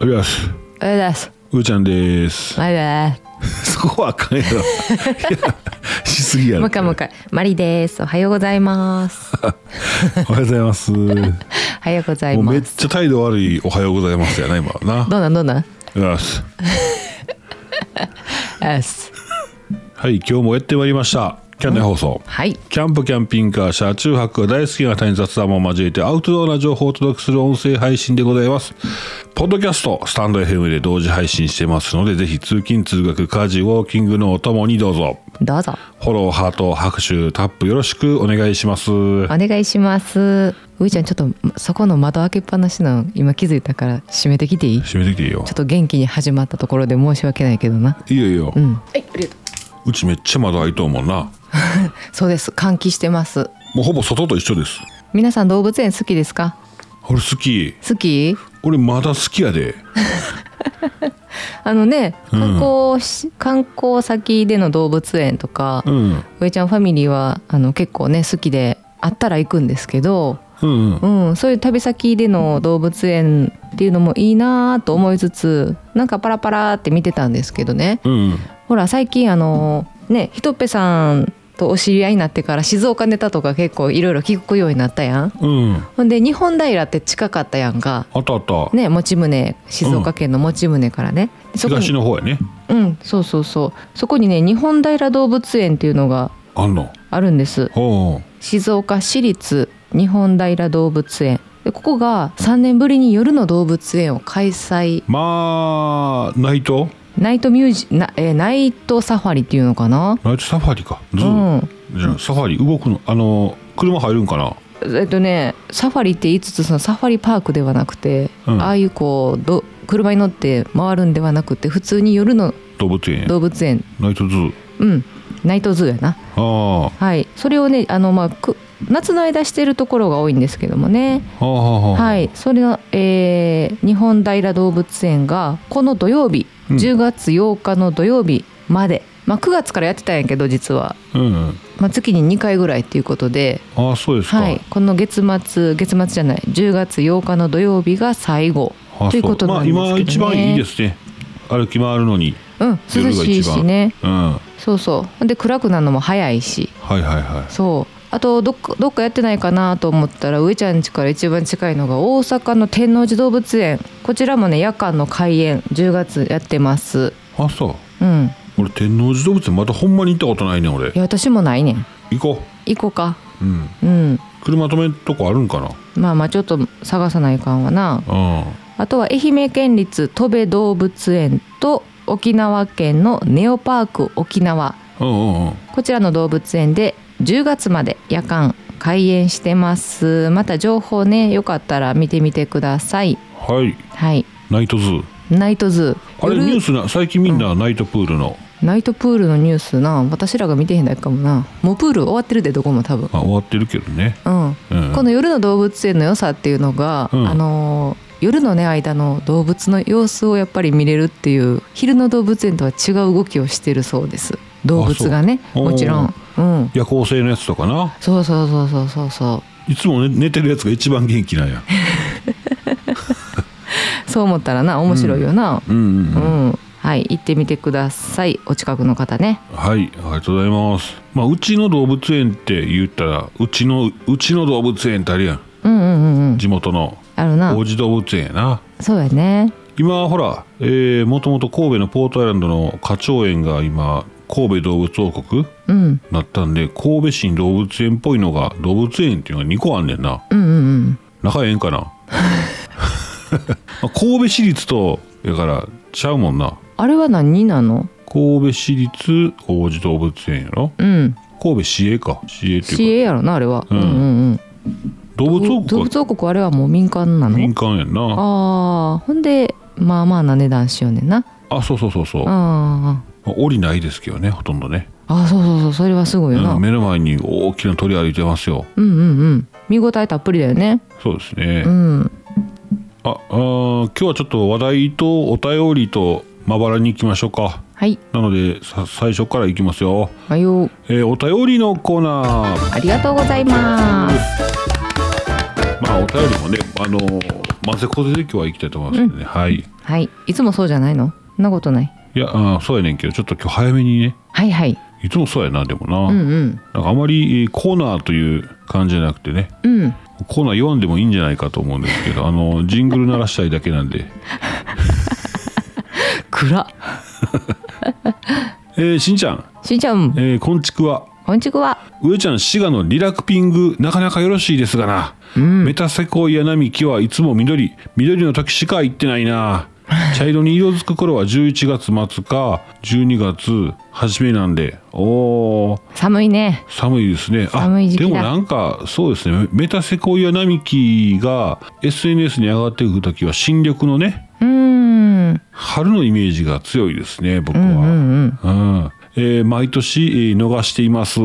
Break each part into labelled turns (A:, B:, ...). A: あります
B: ありがとうございます
A: うーちゃんです
B: マリで す
A: そこはあかんやろいや しすぎやろ
B: もう一回もう一回マリですおはようござい ます
A: おはようござい ますも
B: おはようございう
A: め
B: ま
A: っ
B: す
A: ちゃ態度悪いおはようございますやな今 な
B: どうなんどうなん
A: よし
B: あっす
A: はい今日もやってまいりましたキャンナイ放送
B: はい
A: キャンプキャンピングカー車中泊が大好きな方に雑談も交えてアウトドアな情報をお届けする音声配信でございます。ポッドキャスト、スタンド FM で同時配信してますので、ぜひ通勤通学、家事、ウォーキングのお供にどうぞ。
B: どうぞ
A: フォロー、ハート、拍手、タップよろしくお願いします。
B: お願いしますうーちゃんちょっとそこの窓開けっぱなしなの今気づいたから閉めてきていいちょ
A: 締めてきていいよ
B: っ。と元気に始まったところで申し訳ないけどない
A: いよいいよ。う
B: うん
A: ちめっちゃ窓開いとうもんな。
B: そうです換気してます
A: もうほぼ外と一緒です。
B: 皆さん動物園好きですか
A: 俺好き。
B: 好き
A: 俺まだ好きやで。
B: あのね観光し、観光先での動物園とか、
A: うん。
B: 上ちゃんファミリーはあの結構ね好きであったら行くんですけど、
A: うんうん。
B: うん、そういう旅先での動物園っていうのもいいなと思いつつなんかパラパラって見てたんですけどね
A: うん。
B: ほら最近あのねひとっぺさんとお知り合いになってから静岡ネタとか結構いろいろ聞くようになったやん。
A: うん。
B: ほんで日本平って近かったやんか。
A: あったあった。
B: ね、持宗静岡県の持宗からね、そこに
A: 東の方やね。
B: うん、そうそうそう。そこにね、日本平動物園っていうのが
A: あんの。
B: あるんです。
A: ほう。
B: 静岡市立日本平動物園。でここが3年ぶりに夜の動物園を開催
A: まあナイト
B: ナイトミュージな、えーナイトサファリっていうのかな
A: ナイトサファリか
B: う
A: ズー、
B: ん
A: じゃあサファリ動くのあの車入るんかな
B: えっとねサファリって言いつつそのサファリパークではなくて、
A: うん
B: ああいうこうど車に乗って回るんではなくて普通に夜の
A: 動物園
B: 動物園
A: ナイトズー
B: うんナイトズーやな
A: あ
B: はい、それをねあの、まあ、く夏の間してるところが多いんですけどもね、
A: あはあはあ
B: はい、それの、えー日本平動物園がこの土曜日、
A: うん
B: 10月8日の土曜日まで、まあ、9月からやってたんやけど実は、
A: うん
B: まあ、月に2回ぐらいっていうことで、
A: ああそうですか、
B: はい、この月末月末じゃない10月8日の土曜日が最後
A: あ
B: ということなんですけどね
A: まあ今一番いいですね歩き回るのに
B: うん涼しいしね
A: うんは
B: そうそうほんで暗くなるのも早いし
A: いはいは
B: そうあとどっかどっかやってないかなと思ったら上ちゃん家から一番近いのが大阪の天王寺動物園こちらもね夜間の開園10月やってます
A: いあそう
B: うん
A: 俺天王寺動物園またほんまに行ったことないねん俺
B: いや私もないねん
A: 行こ
B: 行こうか
A: ううん
B: うん
A: 車止めるとこあるんかな
B: まあまあちょっと探さないかんわな
A: うん
B: あとは愛媛県立戸部動物園と沖縄県のネオパーク沖縄
A: うんうんうん
B: こちらの動物園で10月まで夜間開園してますまた情報ねよかったら見てみてください
A: はい
B: はい
A: ナイトズー
B: ナイトズー
A: あれ
B: 夜
A: ニュースな最近みんなナイトプールの、
B: ナイトプールのニュースな私らが見てへんだけかもなもうプール終わってるでどこも多分
A: まあ、終わってるけどね、
B: うん、
A: うん、
B: この夜の動物園の良さっていうのが、
A: うん
B: あのー夜のね間の動物の様子をやっぱり見れるっていう昼の動物園とは違う動きをしてるそうです動物がね
A: あそう
B: もちろんうん
A: 夜行性のやつとかな
B: そうそうそうそうそうそ
A: いつも、ね、寝てるやつが一番元気なんや
B: うそう思ったらな面白いよな
A: うんうん、
B: う
A: うん、
B: ん、はい行ってみてくださいお近くの方ね
A: はいありがとうございますまあうちの動物園って言ったらうちのうちの動物園ってあるやん
B: うんうんうんうん
A: 地元の
B: あるな
A: 王子動物園やな
B: そうやね
A: 今ほらえー、もともと神戸のポートアイランドの花鳥園が今神戸動物王国
B: うん
A: なったんで神戸市に動物園っぽいのが動物園っていうのが2個あんねんな
B: うんうんうん
A: 仲ええんかなまあ神戸市立とやからちゃうもんな
B: あれは何なの
A: 神戸市立王子動物園やろ
B: うん
A: 神戸市営か市営っていうか
B: CA やろなあれは、
A: う
B: うんん、うんうん
A: 動物王国は
B: 動物王国あれはもう民間なの
A: 民間やんな
B: ああほんでまあまあな値段しようねんな
A: あそうそうそうそう、まあ、
B: あー
A: 檻ないですけどねほとんどね、
B: あーそうそうそうそれはすごいよな、
A: う
B: うんん、
A: 目の前に大きな鳥歩いてますよ
B: うんうん見応えたっぷりだよね
A: そうですね、
B: うん
A: ああー今日はちょっと話題とお便りとまばらに行きましょうか
B: はい
A: なのでさ最初から行きますよ、
B: おはよう
A: えーお便りのコーナー
B: ありがとうございます
A: まあお便りもねあのーまず小関は行きたいと思いますんでね、はいい
B: はいいつもそうじゃないのそんなことない
A: やあーそうやねんけどちょっと今日早めにね
B: はいはい
A: いつもそうやなでもな,、
B: うん
A: なんかあまりえーコーナーという感じじゃなくてね
B: うんうん
A: コーナー読んでもいいんじゃないかと思うんですけどあのジングル鳴らしたいだけなんで、
B: 暗っ
A: えーしんちゃん、
B: しんちゃん
A: えー、こんちくは
B: こんちくは
A: 上ちゃん滋賀のリラクピングなかなかよろしいですがな、メタセコイア並木はいつも緑緑の時しか行ってない な茶色に色づく頃は11月末か12月初めなんでおー
B: 寒いね
A: 寒いですねあ
B: 寒い時期だ
A: でもなんかそうですねメタセコイア並木が SNS に上がっていく時は新緑のね
B: うーん
A: 春のイメージが強いですね僕は、
B: うんうん
A: うんえー毎年、えー逃しています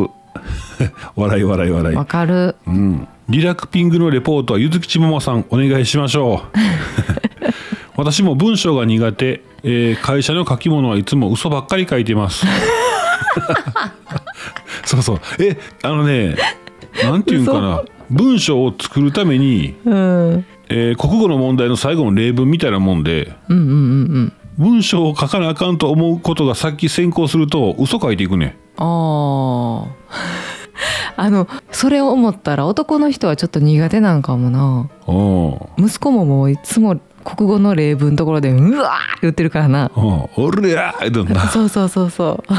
A: 笑い笑い笑い
B: わかる
A: うん、リラクピングのレポートはゆずきちももさんお願いしましょう私も文章が苦手、えー会社の書き物はいつも嘘ばっかり書いてますそうそうえあのねなんていうんかな文章を作るために、
B: うんうん
A: えー国語の問題の最後の例文みたいなもんで
B: うんうんうん
A: 文章を書かなあかんと思うことが先先行すると嘘書いていくね
B: ああ あのそれを思ったら男の人はちょっと苦手なんかもな
A: うん
B: 息子ももういつも国語の例文のところでうわーって言ってるからな
A: うんおるやーだな
B: そうそうそうそう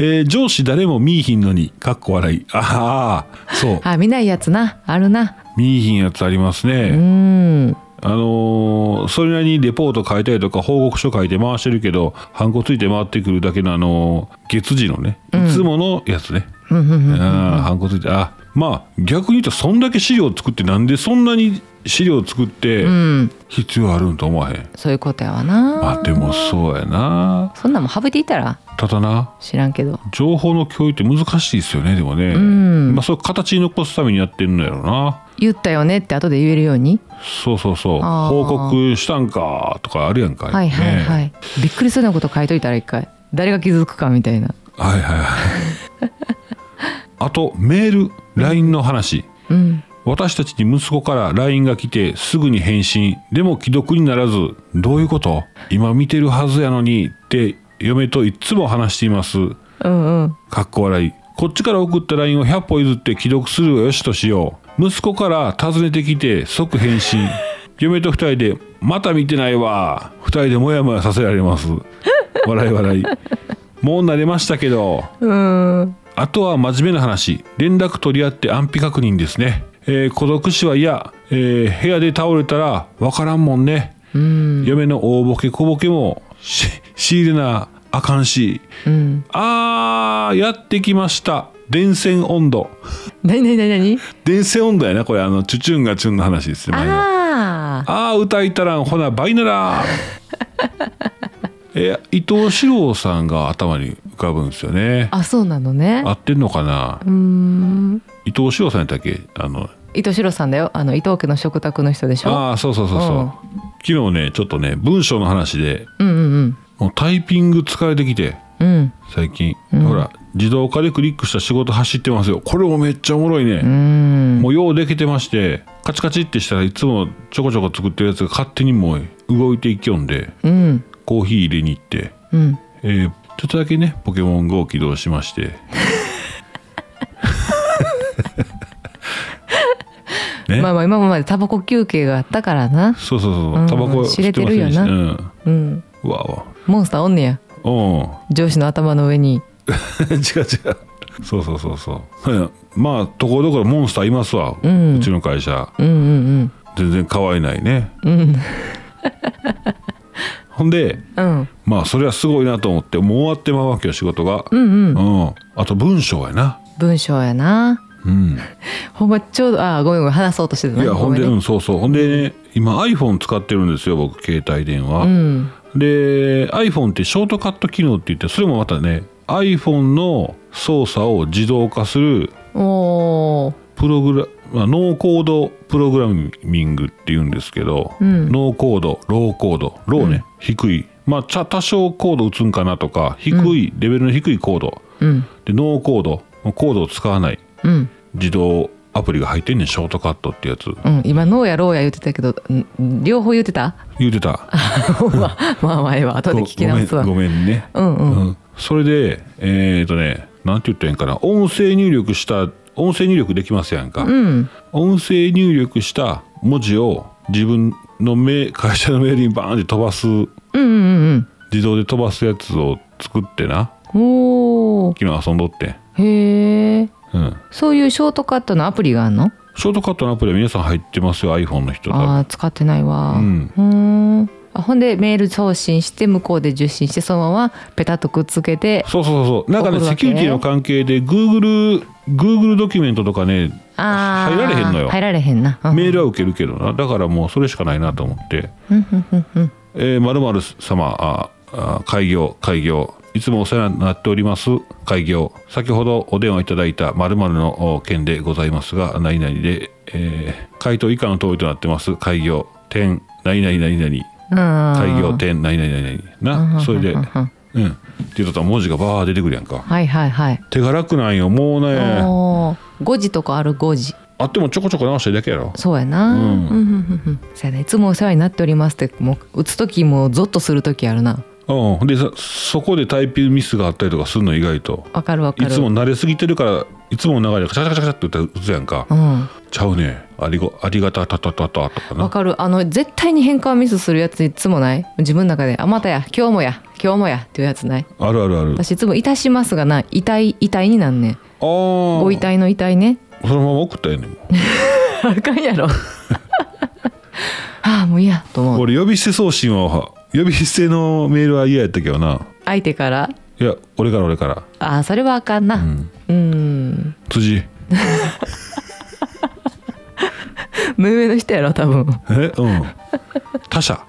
A: えー上司誰も見いひんのにかっこ笑いああそう
B: あ見ないやつなあるな
A: 見いひんやつあります
B: う
A: ね、
B: ん
A: あのーそれなりにレポート書いたりとか報告書書いて回してるけどハンコついて回ってくるだけのあのー月次のねいつものやつね、
B: うんうんうん
A: ああハンコついてあまあ逆に言うとそんだけ資料作ってなんでそんなに資料作って
B: うん
A: 必要あるんと思わへん、
B: そういうことやわな
A: まあでもそうやな
B: そんなんも省いていたら
A: ただな
B: 知らんけど
A: 情報の共有って難しいですよねでもね、
B: ん
A: まあ、それを形に残すためにやってるんだろうな
B: 言ったよねって後で言えるように
A: そうそうそう
B: あー
A: 報告したんかとかあるやんか、
B: はいはいはい、
A: ね
B: びっくりするようなこと書いといたら一回誰が気づくかみたいな
A: はいはいはい あとメール LINE の話、
B: うん
A: 私たちに息子から LINE が来てすぐに返信でも既読にならずどういうこと今見てるはずやのにって嫁といっつも話しています
B: うんうん
A: かっこ笑いこっちから送った LINE を100歩譲って既読するをよしとしよう息子から訪ねてきて即返信嫁と二人で「また見てないわ」二人でモヤモヤさせられます笑い笑いもう慣れましたけど
B: うん
A: あとは真面目な話連絡取り合って安否確認ですね、えー孤独死は嫌、えー部屋で倒れたら分からんもんね、嫁の大ボケ小ボケもし仕入れなあかんし
B: うん
A: あーやってきました電線温度
B: 何何何何
A: 電線温度やなこれあのチュチュンがチュンの話ですね前の
B: ああ
A: あー歌いたらんほな倍な らえ伊藤四郎さんが頭に浮かぶんですよね
B: あそうなのね
A: 合ってんのかな
B: うーん
A: 伊藤四郎さんやったっけあの
B: 伊藤四郎さんだよあの伊藤家の食卓の人でしょ
A: ああそうそうそうそう、
B: うん
A: 昨日ねちょっとね文章の話で
B: うんうん
A: もうタイピング疲れてきて
B: うんうん
A: 最近、ほら自動化でクリックした仕事走ってますよこれもめっちゃおもろいね、
B: うーん
A: もうようできてましてカチカチってしたらいつもちょこちょこ作ってるやつが勝手にもう動いていきよんで
B: うん
A: コーヒー入れに行って、
B: うん
A: えーちょっとだけねポケモン GO を起動しましてね、
B: まあまあ今までタバコ休憩があったからな
A: そうそうそううんタバコ吸
B: 知れてるよな
A: ませんでした
B: うん
A: うん、うわ
B: モンスターおんねや
A: う わうん
B: 上司の頭の上に
A: 違う違うそうそうそうそううんまあところどころモンスターいますわ、う
B: うん
A: ちの会社
B: うんうん
A: 全然可愛いないね
B: うんうん
A: ほんで
B: うん
A: まあそれはすごいなと思ってもう終わってまうわけよ仕事が
B: う、んうん
A: うんあと文章やな
B: 文章やな
A: うん
B: ほんまちょうどあーごめんごめん話そうとしてた
A: いやほんで、
B: う
A: うんんそうそうほんでね今 iPhone 使ってるんですよ僕携帯電話、
B: うん
A: で iPhone ってショートカット機能って言ってそれもまたね iPhone の操作を自動化する
B: おー
A: プログラまあノーコードプログラミングって言うんですけど、
B: うん
A: ノーコードローコードローね、低いまあちゃ多少コード打つんかなとか低い、レベルの低いコード
B: うん
A: でノーコードコードを使わない
B: うん
A: 自動アプリが入ってんねんショートカットってやつ
B: うん、今ノーやローや言ってたけど、ん両方言っ てた。
A: 言うてた
B: まあ、まあ、前は後で聞き直すわ。
A: ごめんごめんね、
B: うんうん
A: うんそれでえっ、とねなんて言ったらいいんかな音声入力した音声入力できますやんか、
B: うん、
A: 音声入力した文字を自分のメ会社のメールにバーンって飛ばす
B: うん、うん、うん
A: 自動で飛ばすやつを作ってな
B: うん。おお、
A: 昨日遊んどって、
B: へえ。
A: うん、
B: そういうショートカットのアプリがあるの。
A: ショートカットのアプリは皆さん入ってますよ iPhone の人多
B: あ
A: 分
B: あ、使ってないわ。
A: うん
B: ーん。あ、ほんで、メール送信して、向こうで受信して、そのままペタッとくっつけて。
A: そうそうそうそうなんかね
B: 送る
A: セ
B: わけ
A: キュリティの関係で Google, Google ドキュメントとかね
B: ああ。
A: 入られへんのよ
B: 入られへんな。うん
A: メールは受けるけどなだからもうそれしかないなと思って
B: うんうんうんうん
A: 「えー、〇〇様ああ開業開業いつもお世話になっております開業先ほどお電話いただいた〇〇のお件でございますが何々で、えー回答以下の通りとなってます開業点何々何々
B: うん。
A: 開業点何々何々なそれで
B: うんうん
A: うんって言ったら文字がバー出てくるやんか
B: はいはいはい。
A: 手が楽なんよもうね
B: おお、5時とかある5時。
A: あってもちょこちょこ直してるだけやろ
B: そうやな。
A: う
B: うんんうんうんうん。そうやね。いつもお世話になっておりますって、もう打つ時もゾッとする時あるな。
A: うんでそそこでタイピングミスがあったりとかするの意外と
B: わかるわか
A: い
B: る。
A: つも慣れすぎてるからいつもの流れでカチャカチャカチャって歌う打つやんか、
B: うん。
A: ちゃうねありごありがたたたたたとか
B: わ
A: な
B: かる。あの絶対に変換ミスするやついつもない。自分の中であまたや今日もや今日もやっていうやつない。
A: あるあるある
B: 私いつもいたしますがな遺体遺体になんねん。
A: あー
B: ご遺体の遺体ね。
A: そのまま送ったよねんもう
B: あかんやろ。 ああもういいやと思う。
A: 俺呼び捨て送信は 呼び捨てのメールは嫌やったけどな
B: 相手から。
A: いや俺から俺から
B: ああそれはあかんな。
A: ん
B: うん。
A: 辻
B: 無名の人やろ多分。
A: えうん他社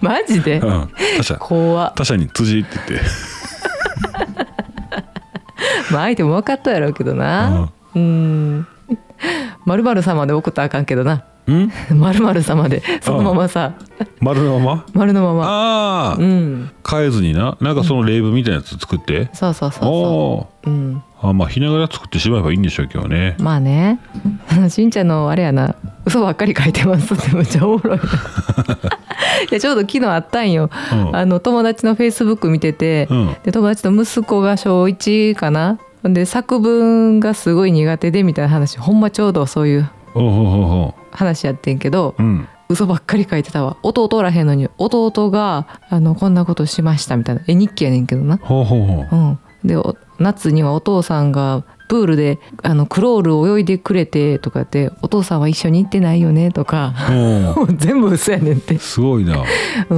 B: マジで
A: う。ん他社
B: 怖っ。
A: 他社に辻って言って
B: まあ相手も分かったやろうけどな。うん。まるまる様で送ったらあかんけどな。
A: うん
B: まるまる様でそのままさ
A: 丸のまま
B: 丸のまま。
A: ああ、
B: うん。
A: 変えずにななんかその例文みたいなやつ作って、
B: そうそうそうそ
A: おー
B: う。うん。
A: あまあひながら作ってしまえばいいんでしょうけどね
B: まあね。 しんちゃんのあれやな。嘘ばっかり書いてます ってめっちゃおもろい。いやちょうど昨日あったんよ、
A: うん
B: あの友達のフェイスブック見てて、
A: うん
B: で友達の息子が小1かなで作文がすごい苦手でみたいな話ほんまちょうどそういう
A: おうほうほうほ
B: 話やってんけど
A: ううん
B: 嘘ばっかり書いてたわ弟おらへんのに弟があのこんなことしましたみたいな絵日記やねんけどな
A: ほうほうほう
B: うん、でお夏にはお父さんがプールであのクロールを泳いでくれてとかってお父さんは一緒に行ってないよねとか
A: おう
B: もう全部嘘やねんって、
A: すごいなはい
B: うん、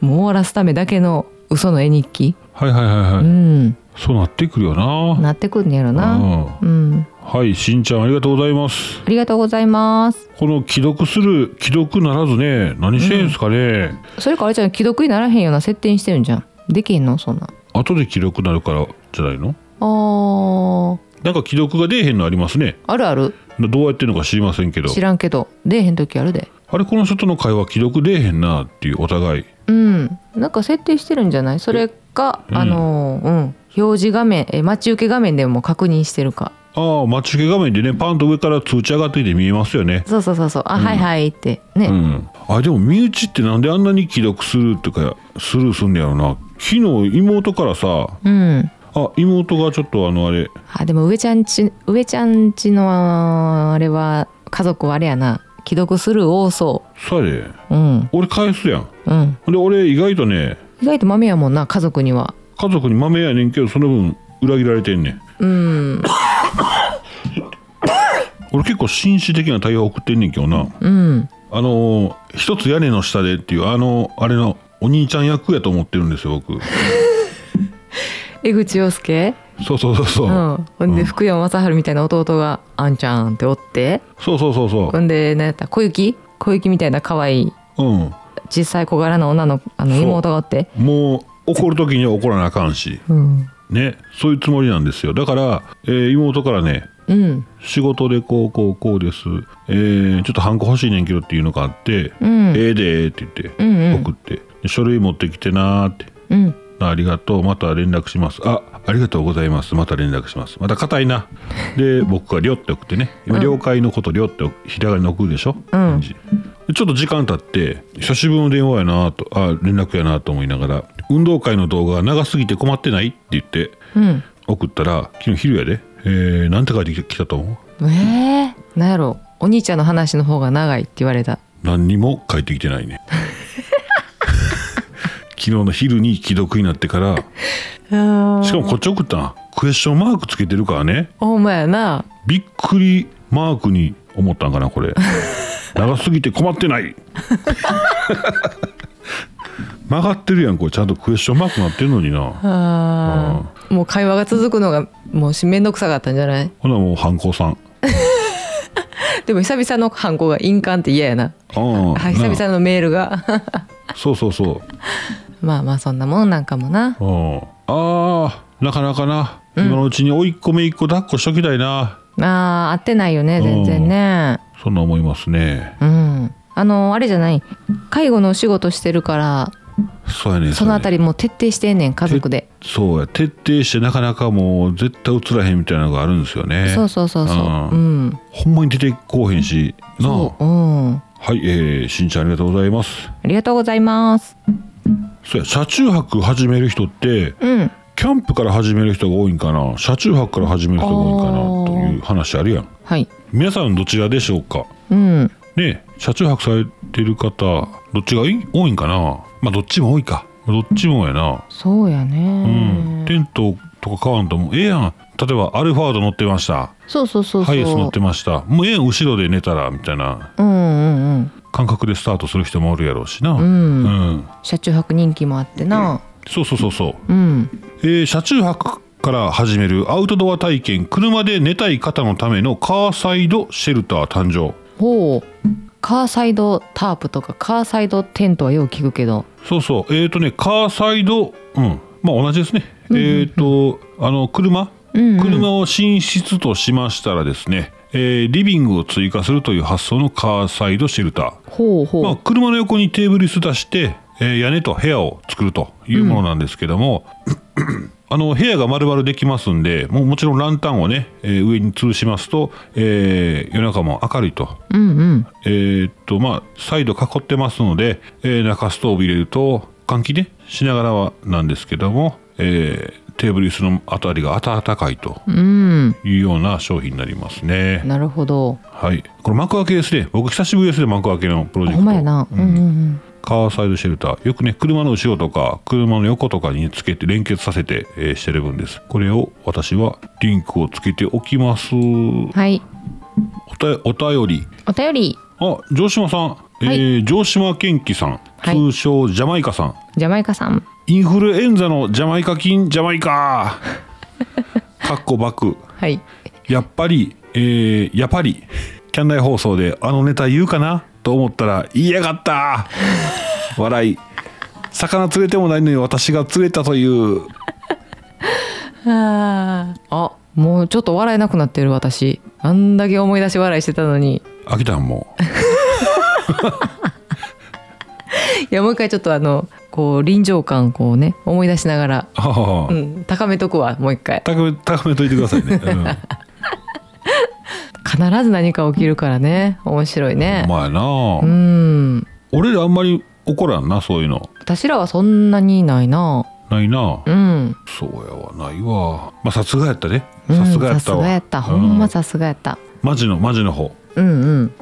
B: もう終わらすためだけの嘘の絵日記、
A: はいはいはい、
B: うん
A: そうなってくるよな
B: なってくんねやろ
A: う
B: な、
A: ん
B: うん、
A: はいしんちゃんありがとうございます
B: ありがとうございます
A: この既読する既読ならずね何してんすかね、
B: それからあれじゃん既読にならへんような設定にしてるんじゃんできんのそんな
A: 後で既読なるからじゃないの
B: あー
A: なんか既読が出えへんのありますね
B: あるある
A: どうやってるのか知りませんけど
B: 知らんけど出えへん時あるで
A: あれこの人との会話既読出えへんなっていうお互い
B: うん、なんか設定してるんじゃないそれか、
A: うん
B: あのーうん表示画面え待ち受け画面でも確認してるか
A: ああ待ち受け画面でねパンと上から通知上がってきて見えますよね
B: そうそうそうそうあ、はいはいって
A: う
B: ね、
A: んあでも身内ってなんであんなに既読するとかスルーすんねやろな昨日妹からさ
B: うん
A: あ妹がちょっとあのあれ
B: あでも上ちゃんち上ちゃんちのあれは家族はあれやな既読する多そ
A: それ
B: ううん
A: 俺返すやん
B: うん
A: で俺意外とね
B: 意外と豆やもんな家族には
A: 家族に豆やねんけどその分裏切られてんねん
B: うん
A: 俺結構紳士的な対応送ってんねんけどな
B: うん
A: あのー一つ屋根の下でっていうあのあれのお兄ちゃん役やと思ってるんですよ僕
B: 江口洋介
A: そうそうそうそう、
B: うんほんで福山雅治みたいな弟が「あんちゃん」っておって
A: そうそうそうそ
B: ほんで何やった小雪小雪みたいな可愛いう
A: うん
B: 小さい小柄な女のあの
A: そう
B: 妹がおって
A: もう怒る時には怒らなあかんし
B: うん、
A: ねそういうつもりなんですよだから、えー妹からね
B: うん
A: 仕事でこうこうこうです、えーちょっとハンコ欲しいねんけどっていうのがあって「
B: うん
A: ええで」って言って
B: うんうん
A: 送って、で書類持ってきてなーって
B: うん
A: ありがとう。また連絡します。あ、ありがとうございます。また連絡します。また硬いな。 で、僕がりょって送ってね。今、了解のことりょってひらがなの送るでしょ。
B: うん
A: でちょっと時間経って、久しぶりの電話やなと、あ、連絡やなと思いながら、運動会の動画が長すぎて困ってないって言って、
B: うん
A: 送ったら、昨日昼やで。えー、なんて書いてきたと思う
B: えー、なんやろうお兄ちゃんの話の方が長いって言われた
A: 何にも帰ってきてないね 昨日の昼に既読になってからしかもこっち送ったなクエスチョンマークつけてるからね
B: ほんまやな
A: びっくりマークに思ったんかなこ れ長すぎて困ってない 曲がってるやんこれちゃんとクエスチョンマークなってるのにな
B: あーもう会話が続くのがもうし面倒くさかったんじゃない
A: ほなもう犯行さん
B: でも久々の犯行が印鑑って嫌やな
A: ああ
B: はい
A: な
B: 久々のメールが
A: あそうそうそう
B: まあまあそんなもんなんかもな
A: うんあーなかなかな、今のうちに甥いっ子めいっ子抱っこしときたいな
B: あー合ってないよね全然ね
A: そんな思いますね
B: うんあのあれじゃない介護のお仕事してるから
A: そうやね
B: そのあた
A: り
B: りもう徹底してんねん家族で
A: そうや徹底してなかなかもう絶対映らへんみたいなのがあるんですよね
B: そうそうそうそう
A: あー
B: うん
A: ほんまに出てこうへんしなあ
B: そううんあ
A: はいえー、しんちゃんありがとうございます
B: りがとうございます
A: そうや車中泊始める人って
B: うん
A: キャンプから始める人が多いんかな車中泊から始める人が多いんかな
B: あー
A: という話あるやん
B: はい
A: 皆さんどちらでしょうか
B: うん
A: ね車中泊されてる方どっちがいい多いんかなまあどっちも多いかどっちもやな
B: そうや
A: うん
B: ね、
A: テントとか買わんともうええやん例えばアルファード乗ってました
B: そうそうそうそう
A: ハイエース乗ってましたもうええやん後ろで寝たらみたいな
B: うんうんうん
A: 感覚でスタートする人もおるやろうしな、
B: ん
A: うん
B: 車中泊人気もあってな
A: そうそうそうそう、
B: うん
A: えー車中泊から始めるアウトドア体験車で寝たい方のためのカーサイドシェルター誕生
B: ほうカーサイドタープとかカーサイドテントはよう聞くけど
A: そうそうえっ、とねカーサイドうんまあ同じですね、えっ、とあの車、
B: うんうん
A: 車を寝室としましたらですね、えーリビングを追加するという発想のカーサイドシェルタ
B: ほうほ
A: ー、
B: う、
A: まあ、車の横にテーブル椅子出して、えー屋根と部屋を作るというものなんですけど も、あの部屋が丸々できますんでもうもちろんランタンをね、えー上に吊るしますと、えー夜中も明るいと
B: うんうん
A: えーっとまあサイド囲ってますので、えー中ストーブ入れると換気ねしながらはなんですけども、えーテーブル椅子のあたりが暖かいと
B: うん
A: いうような商品になりますね。
B: なるほど
A: はい、これ幕開けですね僕久しぶりですね幕開けのプロ
B: あ
A: ジェクト
B: ほんまやな、うん、うんうん
A: カーサイドシェルターよくね車の後ろとか車の横とかにつけて連結させて、えーしてる分ですこれを私はリンクをつけておきますお
B: はい
A: たお便り
B: お便り
A: あ、城島さん、
B: い
A: えー城島健貴さん、
B: はい
A: 通称ジャマイカさん、
B: ジャマイカさん
A: インフルエンザのジャマイカ菌ジャマイカ。 かっこバク。
B: はい
A: やっぱり、えーやっぱり、キャンナイ放送であのネタ言うかなと思ったら、言いやがった。笑い。魚釣れてもないのに私が釣れたという
B: ああもうちょっと笑えなくなってる私あんだけ思い出し笑いしてたのに
A: 飽きたんも
B: いやもう一回ちょっとあのこう臨場感こうね思い出しながら、
A: うああ
B: うん、高めとくわもう一回
A: 高め高めといてください ね、うん、
B: 必ず何か起きるからね面白いね
A: お前な、
B: うん
A: 俺らあんまり怒らんなそういうの
B: 私らはそんなにないな
A: ないな
B: うん
A: そうやわないわまあさすがやったね
B: うん
A: さすがやったわ、
B: さすがやったほん
A: う
B: まさすがやった
A: マジのマジの方
B: うんうん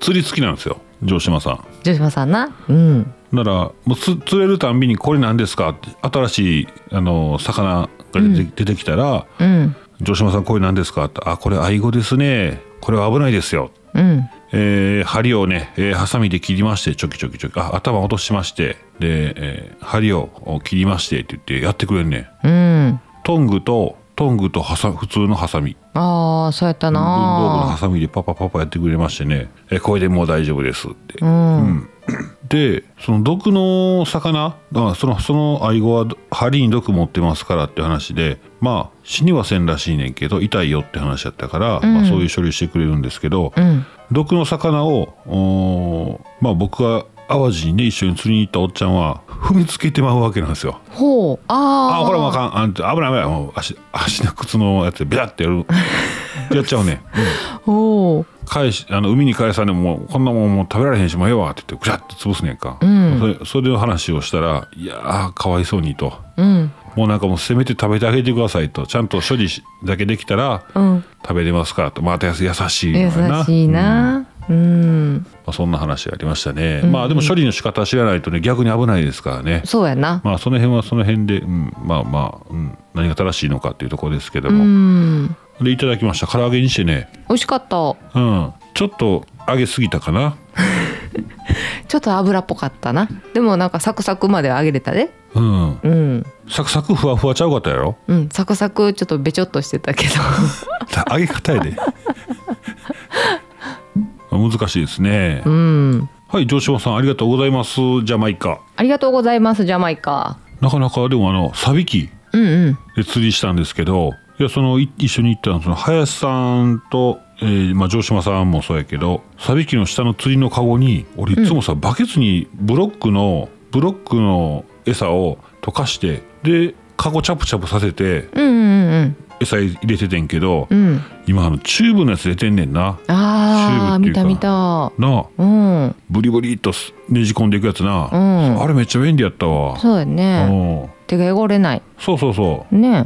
A: 釣り好きなんですよ城島さ
B: 城島さんなうん
A: んならもうつ釣れるたんびにこれ何ですかって新しいあの魚が出て,、出てきたら
B: うん
A: 城島さんこれ何ですかってあこれアイゴですねこれは危ないですよ
B: うん
A: えー針をね、えーハサミで切りましてちょきちょきちょきあ頭落としましてで、えー針を切りましてって言ってやってくれんねん
B: うん
A: トングとトングとハサ普通のハサミ
B: ああそうやった
A: 文房具のハ
B: な
A: サミでパパパパやってくれましてね「えこれでもう大丈夫です」って。
B: うん
A: でその毒の魚あそのそのアイゴは針に毒持ってますからって話でまあ死にはせんらしいねんけど痛いよって話やったから、まあ、そういう処理してくれるんですけど、
B: うん
A: 毒の魚をおーまあ僕が淡路にね一緒に釣りに行ったおっちゃんは踏みつけてまうわけなんですよ
B: ほうあ
A: あ
B: あ
A: これもあかんあんた危ない危ないもう足足の靴のやつでビャってやるやっちゃうね
B: ほう
A: 返しあの海に返さんでももうこんなもんもう食べられへんしもうええわって言ってぐしゃって潰すねんか、
B: ん
A: それそれの話をしたらいやーかわいそうにと
B: うん
A: もうなんかもうせめて食べてあげてくださいとちゃんと処理しだけできたら
B: うん
A: 食べれますからとまたやす優しいの
B: 優
A: やな
B: しいなうん
A: まあ、そんな話ありましたね、まあでも処理の仕方知らないとね逆に危ないですからね
B: そうやな
A: まあその辺はその辺で、うん、まあまあ、うん、何が正しいのかっていうところですけど
B: う
A: も、
B: ん
A: でいただきました唐揚げにしてね
B: 美味しかった
A: うんちょっと揚げすぎたかな
B: ちょっと油っぽかったなでもなんかサクサクまでは揚げれたで
A: うん
B: うん
A: サクサクふわふわちゃうかったやろ
B: うんサクサクちょっとべちょっとしてたけど
A: 揚げ方やで 難しいですね、
B: うん
A: はい城島さんありがとうございますジャマイカ
B: ありがとうございますジャマイカ
A: なかなかでもあのサビキ
B: うんうん
A: で釣りしたんですけどいやそのい一緒に行ったのその林さんと、えーまあ、城島さんもそうやけどサビキの下の釣りのカゴに俺いつもさ、バケツにブロックのブロックの餌を溶かしてでカゴチャプチャプさせて
B: うんうんうん
A: 餌入れててんけど、
B: うん
A: 今あのチューブのやつ出てんねんな
B: あ
A: チューブ
B: あ見
A: ってい
B: た
A: うか
B: 見た
A: なあ
B: うん
A: ブリブリっとすねじ込んでいくやつな、
B: うん
A: あれめっちゃ便利やったわ
B: そうやね
A: うん
B: 手が汚れない
A: そうそうそう
B: ね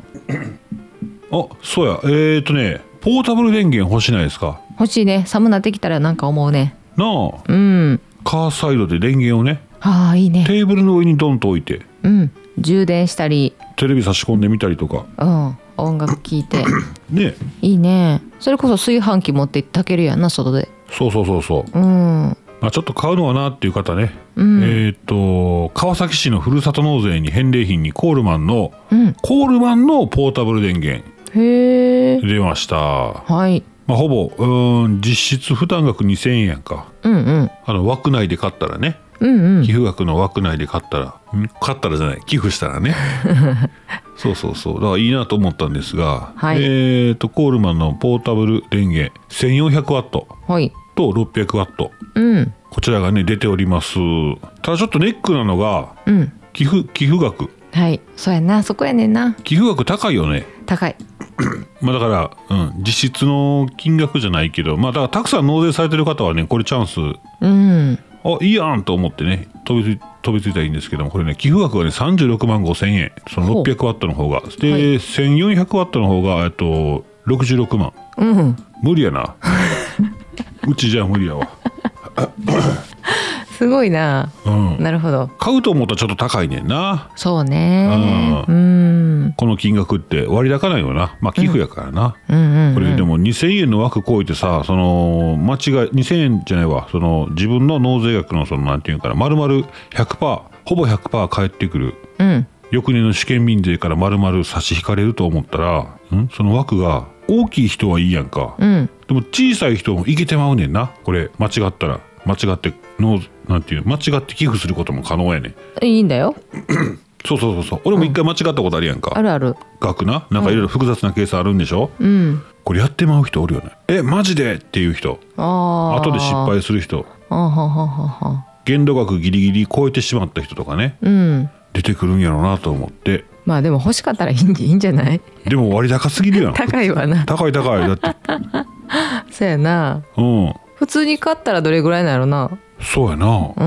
A: あそうやえー、っとねポータブル電源欲しないですか
B: 欲しいね寒なってきたらなんか思うね
A: なあ
B: うん
A: カーサイドで電源をね
B: ああいいね
A: テーブルの上にドンと置いて
B: うん充電したり
A: テレビ差し込んでみたりとか
B: うん音楽聴いて
A: ね
B: いいねそれこそ炊飯器持って行って炊けるやんな外で
A: そうそうそうそう、
B: うん
A: まあ、ちょっと買うのはなっていう方ね、
B: うん
A: えーっと川崎市のふるさと納税に返礼品にコールマンの
B: うん
A: コールマンのポータブル電源
B: へえ
A: 出ました、
B: はい
A: まあ、ほぼうーん実質負担額2000円か
B: うんうん
A: あの枠内で買ったらね
B: うんうん
A: 寄付額の枠内で買ったら、ん買ったらじゃない寄付した らねそうそうそうだからいいなと思ったんですが、
B: はい
A: えー、とコールマンのポータブル電源1400ワット
B: はい
A: と600ワット
B: うん
A: こちらがね出ておりますただちょっとネックなのが
B: うん
A: 寄付寄付額
B: はいそうやなそこやねんな
A: 寄付額高いよね
B: 高い
A: まあだから、うん、実質の金額じゃないけどまあだからたくさん納税されてる方はねこれチャンス
B: うん
A: あいいやんと思ってね飛びつい飛びついたらいいんですけどもこれね寄付額がね36万5千円そ
B: ほ
A: の
B: う
A: 600ワットの方がで、
B: はい
A: 1400ワットの方がえっと66万
B: うん
A: 無理や なうちじゃ無理やわ
B: すごいな
A: うん
B: なるほど
A: 買うと思ったらちょっと高いねんな
B: そうね
A: う
B: うんうん
A: この金額って割高ないよなまあ寄付やからな、
B: うん
A: これでも2000円の枠超えてさその間違い2000円じゃないわその自分の納税額のそのなんていうんかな丸々100%ほぼ100%返ってくる
B: うん
A: 翌年の試験民税から丸々差し引かれると思ったらんその枠が大きい人はいいやんか、
B: うん
A: でも小さい人もいけてまうねんなこれ間違ったら間違ってのなんていう間違って寄付することも可能やねん
B: いいんだよ
A: そうそうそうそう俺も一回間違ったことあるやん
B: あ
A: か、
B: るある
A: 額ななんかいろいろ複雑な計算あるんでしょ、
B: うん
A: これやってまう人おるよねえマジでっていう人
B: ああ
A: 後で失敗する人
B: あはははは
A: 限度額ギリギリ超えてしまった人とかね
B: うん
A: 出てくるんやろうなと思って
B: まあでも欲しかったらいいんじいいんじゃない
A: でも割高すぎるやん
B: 高いわな
A: 高い高いだって
B: そうやな
A: うん
B: 普通に買ったらどれぐらいなのな
A: そうやな
B: う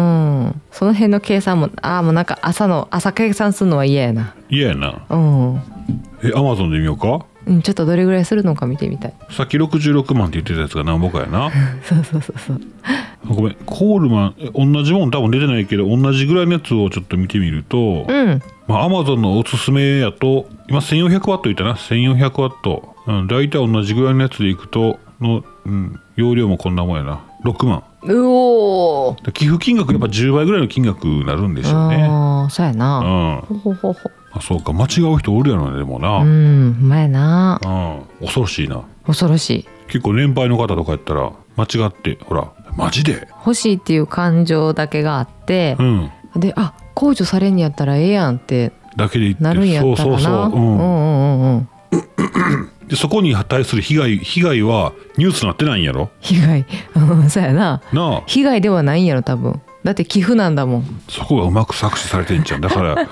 B: んその辺の計算もああもうなんか朝の朝計算するのは嫌やな
A: 嫌やな
B: うん、
A: えアマゾンで見ようか
B: うん、ちょっとどれぐらいするのか見てみたい
A: さっき66万って言ってたやつが何ぼかやな
B: そうそうそうそう
A: ごめんコールマンえ同じもん多分出てないけど同じぐらいのやつをちょっと見てみると、
B: うん
A: まあ、アマゾンのおすすめやと今1400ワットいたな1400ワット、うん、大体同じぐらいのやつでいくとの、うん、容量もこんなもんやな6万
B: うおー
A: だ寄付金額やっぱ10倍ぐらいの金額になるんでしょうね
B: あーそうや
A: うん
B: な、
A: あ
B: ほほほほ
A: そうか間違う人おるやろねでもな、う
B: う
A: ん、
B: んほんまやな
A: 恐ろしいな
B: 恐ろしい
A: 結構年配の方とかやったら間違ってほらマジで
B: 欲しいっていう感情だけがあって
A: う、ん
B: であ控除されんやったらええやんって
A: だけで言って
B: なるんや
A: そう
B: った
A: そ
B: ら
A: う
B: な
A: そう、うん
B: うんうんうんうん
A: でそこに対する被害被害はニュースになってないんやろ
B: 被害 うんそうやな
A: なあ
B: 被害ではないんやろ多分だって寄付なんだもん
A: そこがうまく搾取されてんじゃんだから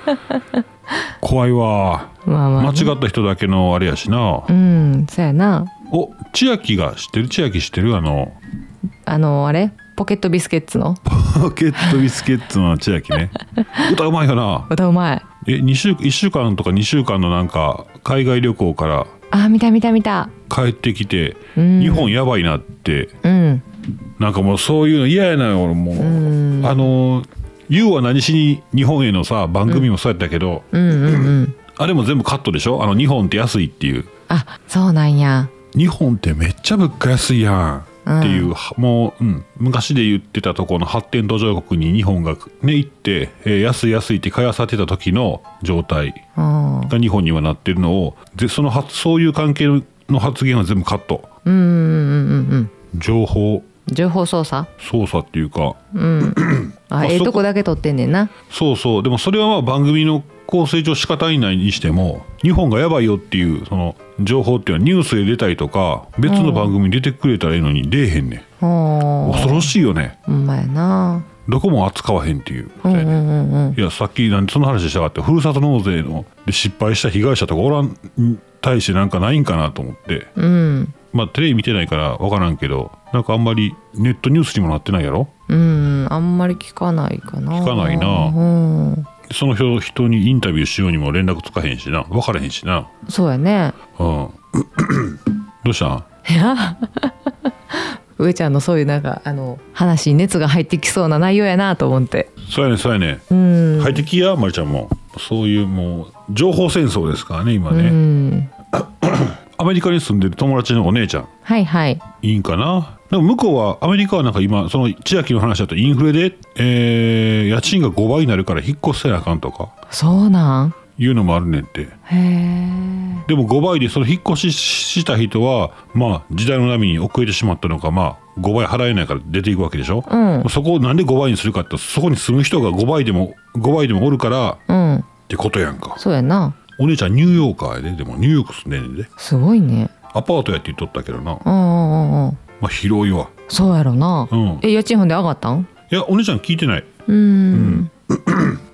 A: 怖いわ
B: まあまあ、
A: 間違った人だけのあれやしな、
B: うんそうやな
A: お千秋が知ってる千秋知ってるあの
B: あのあれポケットビスケッツの
A: ポケットビスケッツの千秋ね 歌うまいかな
B: 歌うまい
A: え2週1週間とか2週間のなんか海外旅行から
B: あ見た見た見た
A: 帰ってきて、
B: うん
A: 日本やばいなって
B: うん
A: なんかもうそういうの嫌やなよ俺もう、
B: ん
A: あの「YOU は何しに日本へ」のさ番組もそうやったけど、
B: うんうんうん
A: あれも全部カットでしょあの日本って安いっていう
B: あそうなんや
A: 日本ってめっちゃ物価安いやんっていう、もう、うん、昔で言ってたところの発展途上国に日本がね行って、えー安い安いって買いあさってた時の状態
B: うん
A: が日本にはなってるのをでその発そういう関係の発言は全部カット
B: うんうんうんうんうん
A: 情報
B: 情報操作
A: 操作っていうか
B: あ
A: あ
B: ええ
A: そこと
B: こだけ撮ってんねんなそう
A: そうそうでもそれはまあ番組の構成上仕方ないにしても日本がやばいよっていうその情報っていうのはニュースで出たりとか別の番組に出てくれたらいいのに出えへんねん
B: ほ
A: 恐ろしいよね
B: うまやな
A: どこも扱わへんっていうこと
B: うん
A: や
B: う
A: ね、
B: んうんうん
A: いやさっきなんその話したかってふるさと納税ので失敗した被害者とかおらんに対してなんかないんかなと思って
B: うん
A: まあテレビ見てないから分からんけどなんかあんまりネットニュースにもなってないやろ
B: うんあんまり聞かないかな
A: 聞かないな
B: うん
A: その人人にインタビューしようにも連絡つかへんしな分からへんしな
B: そうやね
A: うんどうしたん
B: 上ちゃんのそういうなんかあの話に熱が入ってきそうな内容やなと思って
A: そうやねそうやね
B: うん
A: 入ってきやまりちゃんもそういうもう情報戦争ですからね今
B: う
A: ね、
B: ん
A: アメリカに住んでる友達のお姉ちゃん
B: はいはい
A: いいんかなでも向こうはアメリカはなんか今その千秋の話だとインフレで、えー家賃が5倍になるから引っ越せなあかんとか
B: そうなん
A: いうのもあるねんって
B: へえ
A: でも5倍でその引っ越しした人はまあ時代の波に遅れてしまったのかまあ5倍払えないから出ていくわけでしょ、
B: うん
A: そこをなんで5倍にするかってそこに住む人が5倍でも5倍でもおるから
B: うん
A: ってことやんか
B: そうやな
A: お姉ちゃんニューヨーカーやででもニューヨーク住んでんねんです
B: ごいね
A: アパートやって言っとったけどな、
B: うんうんうんうん
A: まあ、広いわ
B: そうやろな、
A: うん
B: え家賃ほんで上がったん
A: いやお姉ちゃん聞いてない
B: うん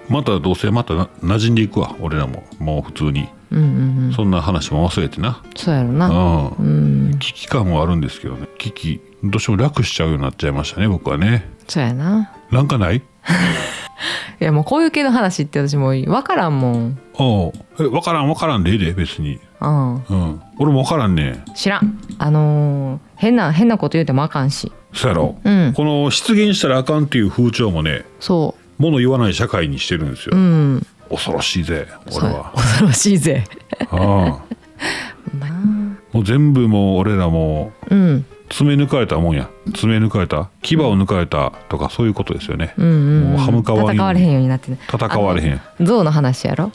A: またどうせまたな馴染んでいくわ俺らももう普通に、
B: うんうんうん
A: そんな話も忘れてな
B: そうやろ
A: う、
B: なんうん
A: 危機感はあるんですけどね危機どうしても楽しちゃうようになっちゃいましたね僕はね
B: そうやな
A: なんかない
B: いやもうこういう系の話って私もう分からんもん
A: おうえ分からん分からんでええで別に
B: うん
A: うん俺も分からんね
B: 知らんあのー変な変なこと言うてもあかんし
A: そやろ、
B: うん
A: この失言したらあかんっていう風潮もね
B: そ
A: 物言わない社会にしてるんですよ、
B: ううん
A: 恐ろしいぜ
B: そう
A: 俺は
B: 恐ろしいぜ
A: ああ
B: まあ
A: もう全部もう俺らも
B: うん
A: 爪抜かれたもんや爪抜かれた牙を抜かれたとかそういうことですよね、
B: うんうん、う
A: も
B: ん、
A: う歯向かわんように
B: 戦われへんようになってね
A: 戦われへん
B: あの象の話や ろ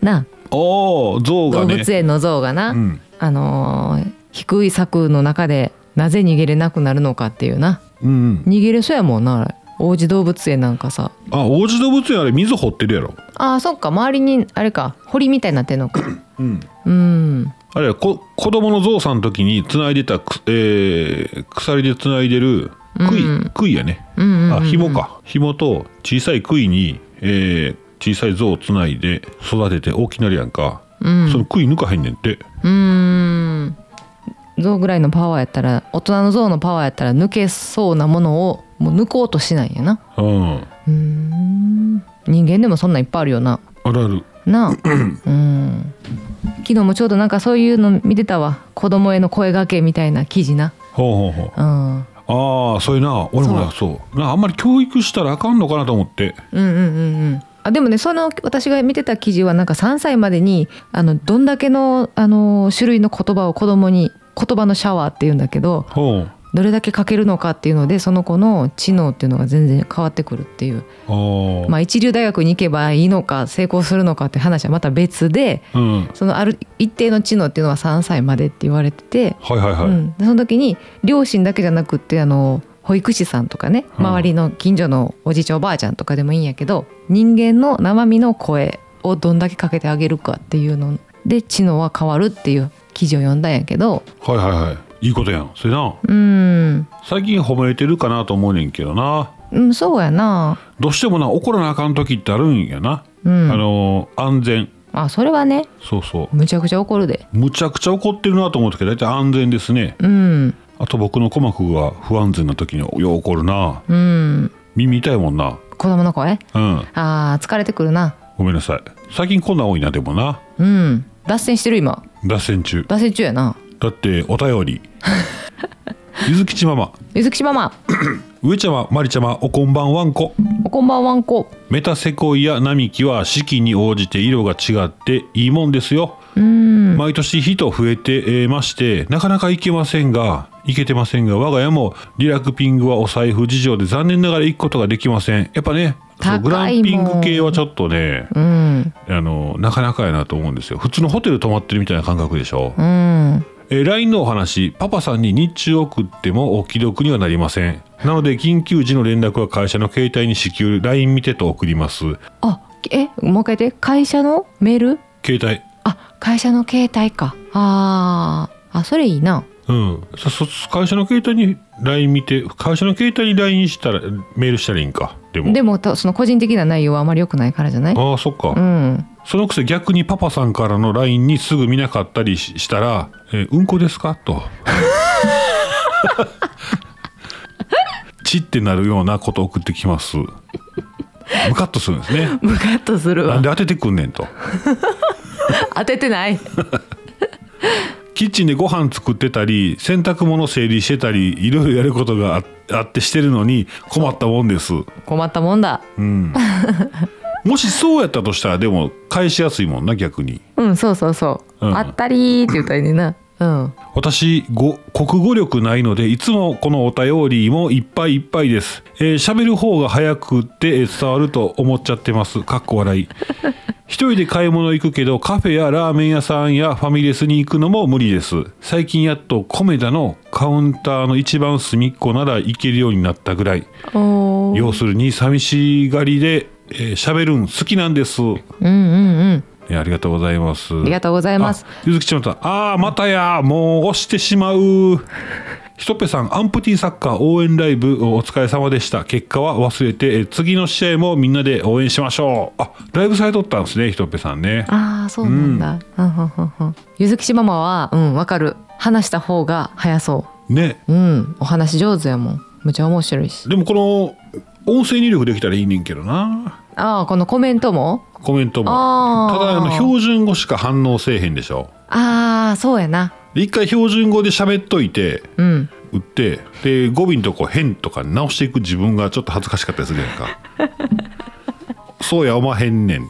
B: な
A: おお象
B: あ
A: が
B: 動
A: ね
B: 物園の象がな、
A: うん
B: あのー低い柵の中でなぜ逃げれなくなるのかっていうな
A: うんうん
B: 逃げれそうやもんなあれ王子動物園なんかさ
A: あ王子動物園あれ水掘ってるやろ
B: あーそっか周りにあれか堀みたいになってんのか
A: うん
B: うん
A: あれはこ子供の象さんの時につないでたく、えー鎖でつないでる杭、杭やね、
B: うんうん
A: あ紐か紐と小さい杭に、えー小さい象をつないで育てて大きなるやんか、その杭抜かへんねんって
B: うーん象ぐらいのパワーやったら大人の象のパワーやったら抜けそうなものをもう抜こうとしないんやな
A: うん
B: うーん人間でもそんなんいっぱいあるよな
A: あるある
B: なあうん昨日もちょうどなんかそういうの見てたわ子供への声がけみたいな記事な
A: ほうほうほう
B: うん
A: ああそういうな俺もなそうなあんまり教育したらあかんのかなと思って
B: うんうんうんうんあでもねその私が見てた記事はなんか3歳までにあのどんだけのあの種類の言葉を子供に言葉のシャワーっていうんだけど
A: ほう
B: どれだけかけるのかっていうのでその子の知能っていうのが全然変わってくるっていう、
A: あー、
B: まあ、一流大学に行けばいいのか成功するのかって話はまた別で
A: うん
B: そのある一定の知能っていうのは3歳までって言われてて、
A: はいはいはい、
B: うん、その時に両親だけじゃなくってあの保育士さんとかね
A: うん
B: 周りの近所のおじいちゃんおばあちゃんとかでもいいんやけど人間の生身の声をどんだけかけてあげるかっていうので知能は変わるっていう記事を読んだんやけど
A: はいはいはいいいことやんそれな
B: うん
A: 最近褒めれてるかなと思うねんけどな
B: うんそうやな
A: どうしてもな怒らなあかん時ってあるんやな、
B: うん
A: あのー安全
B: あそれはね
A: そうそう
B: むちゃくちゃ怒るで
A: むちゃくちゃ怒ってるなと思ったけど大体安全ですね
B: うん
A: あと僕の鼓膜が不安全な時によう怒るな
B: うん
A: 耳痛いもんな
B: 子供の声
A: うん
B: あー疲れてくるな
A: ごめんなさい最近こんなん多いなでもな
B: うん脱線してる今
A: 脱線中
B: 脱線中やな
A: だってお便 りゆずきちママ
B: ゆずきしママ
A: 上ちゃままりちゃまおこんばんわんこ
B: おこんばんはんこ
A: メタセコイア並木は四季に応じて色が違っていいもんですよ
B: うん
A: 毎年人増えてえーましてなかなか行けませんが行けてませんが我が家もリラクピングはお財布事情で残念ながら行くことができませんやっぱねそうグラ
B: 高
A: ン
B: いもん
A: ピング系はちょっとね
B: うん
A: あのなかなかやなと思うんですよ普通のホテル泊まってるみたいな感覚でしょ、
B: うん
A: えー LINE のお話パパさんに日中送ってもお既読にはなりませんなので緊急時の連絡は会社の携帯に支給 LINE 見てと送ります
B: あえもう一回言って会社のメール
A: 携帯
B: あ会社の携帯かあーあそれいいな
A: うんそそ会社の携帯に LINE 見て会社の携帯に LINE したらメールしたらいいんかでも
B: でもたその個人的な内容はあまり良くないからじゃない
A: ああそっか、
B: うん
A: そのくせ逆にパパさんからの LINE にすぐ見なかったりししたら「えーうんこですか?」 と「チってなるようなこと送ってきますムカッとするんですね
B: ムカッとする
A: なん
B: わ
A: で当ててくんねんと
B: 当ててない
A: キッチンでご飯作ってたり洗濯物整理してたりいろいろやることがああってしてるのに困ったもんです
B: 困ったもんだ
A: うん、もしそうやったとしたらでも返しやすいもんな逆に
B: うんそうそうそう、
A: うん
B: あったりーって言ったらいいねんなうん
A: 私ご国語力ないのでいつもこのお便りもいっぱいいっぱいですえー喋、る方が早くてえー伝わると思っちゃってますかっこ笑い一人で買い物行くけどカフェやラーメン屋さんやファミレスに行くのも無理です最近やっとコメダのカウンターの一番隅っこなら行けるようになったぐらい
B: おー
A: 要するに寂しがりでえー喋、るん好きなんです
B: うんうんうん
A: いやありがとうございます。あ
B: ありがとうございます
A: ゆずきちゃんさん、ああ、またや、もう押してしまう。ひとっぺさん、アンプティサッカー応援ライブお疲れ様でした。結果は忘れて、え次の試合もみんなで応援しましょう。あ、ライブされとったんですね、ひとっぺさんね。
B: ああそうなんだ、うん、うんうんうんゆずきしママはうんわかる話した方が早そ
A: ね。
B: ううんお話上手やもんむちゃ面白いし
A: でもこの、音声入力できたらいいねんけどな。
B: ああこのコメントも
A: コメントも。
B: あー
A: ただ、あの、標準語しか反応せえへんでしょ。
B: ああそうやな
A: で一回標準語で喋っといて、
B: うん
A: 打ってで語尾のとこ変とか直していく自分がちょっと恥ずかしかったりするやん かそうやおまへんねん